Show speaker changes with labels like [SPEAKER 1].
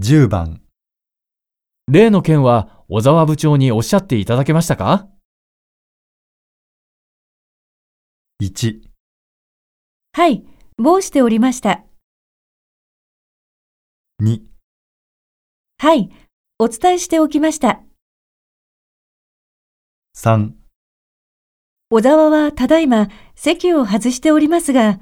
[SPEAKER 1] 10番
[SPEAKER 2] 例の件は小沢部長におっしゃっていただけましたか
[SPEAKER 1] 1
[SPEAKER 3] はい、某しておりました。
[SPEAKER 1] 2
[SPEAKER 3] はい、お伝えしておきました。
[SPEAKER 1] 3
[SPEAKER 3] 小沢はただいま席を外しておりますが、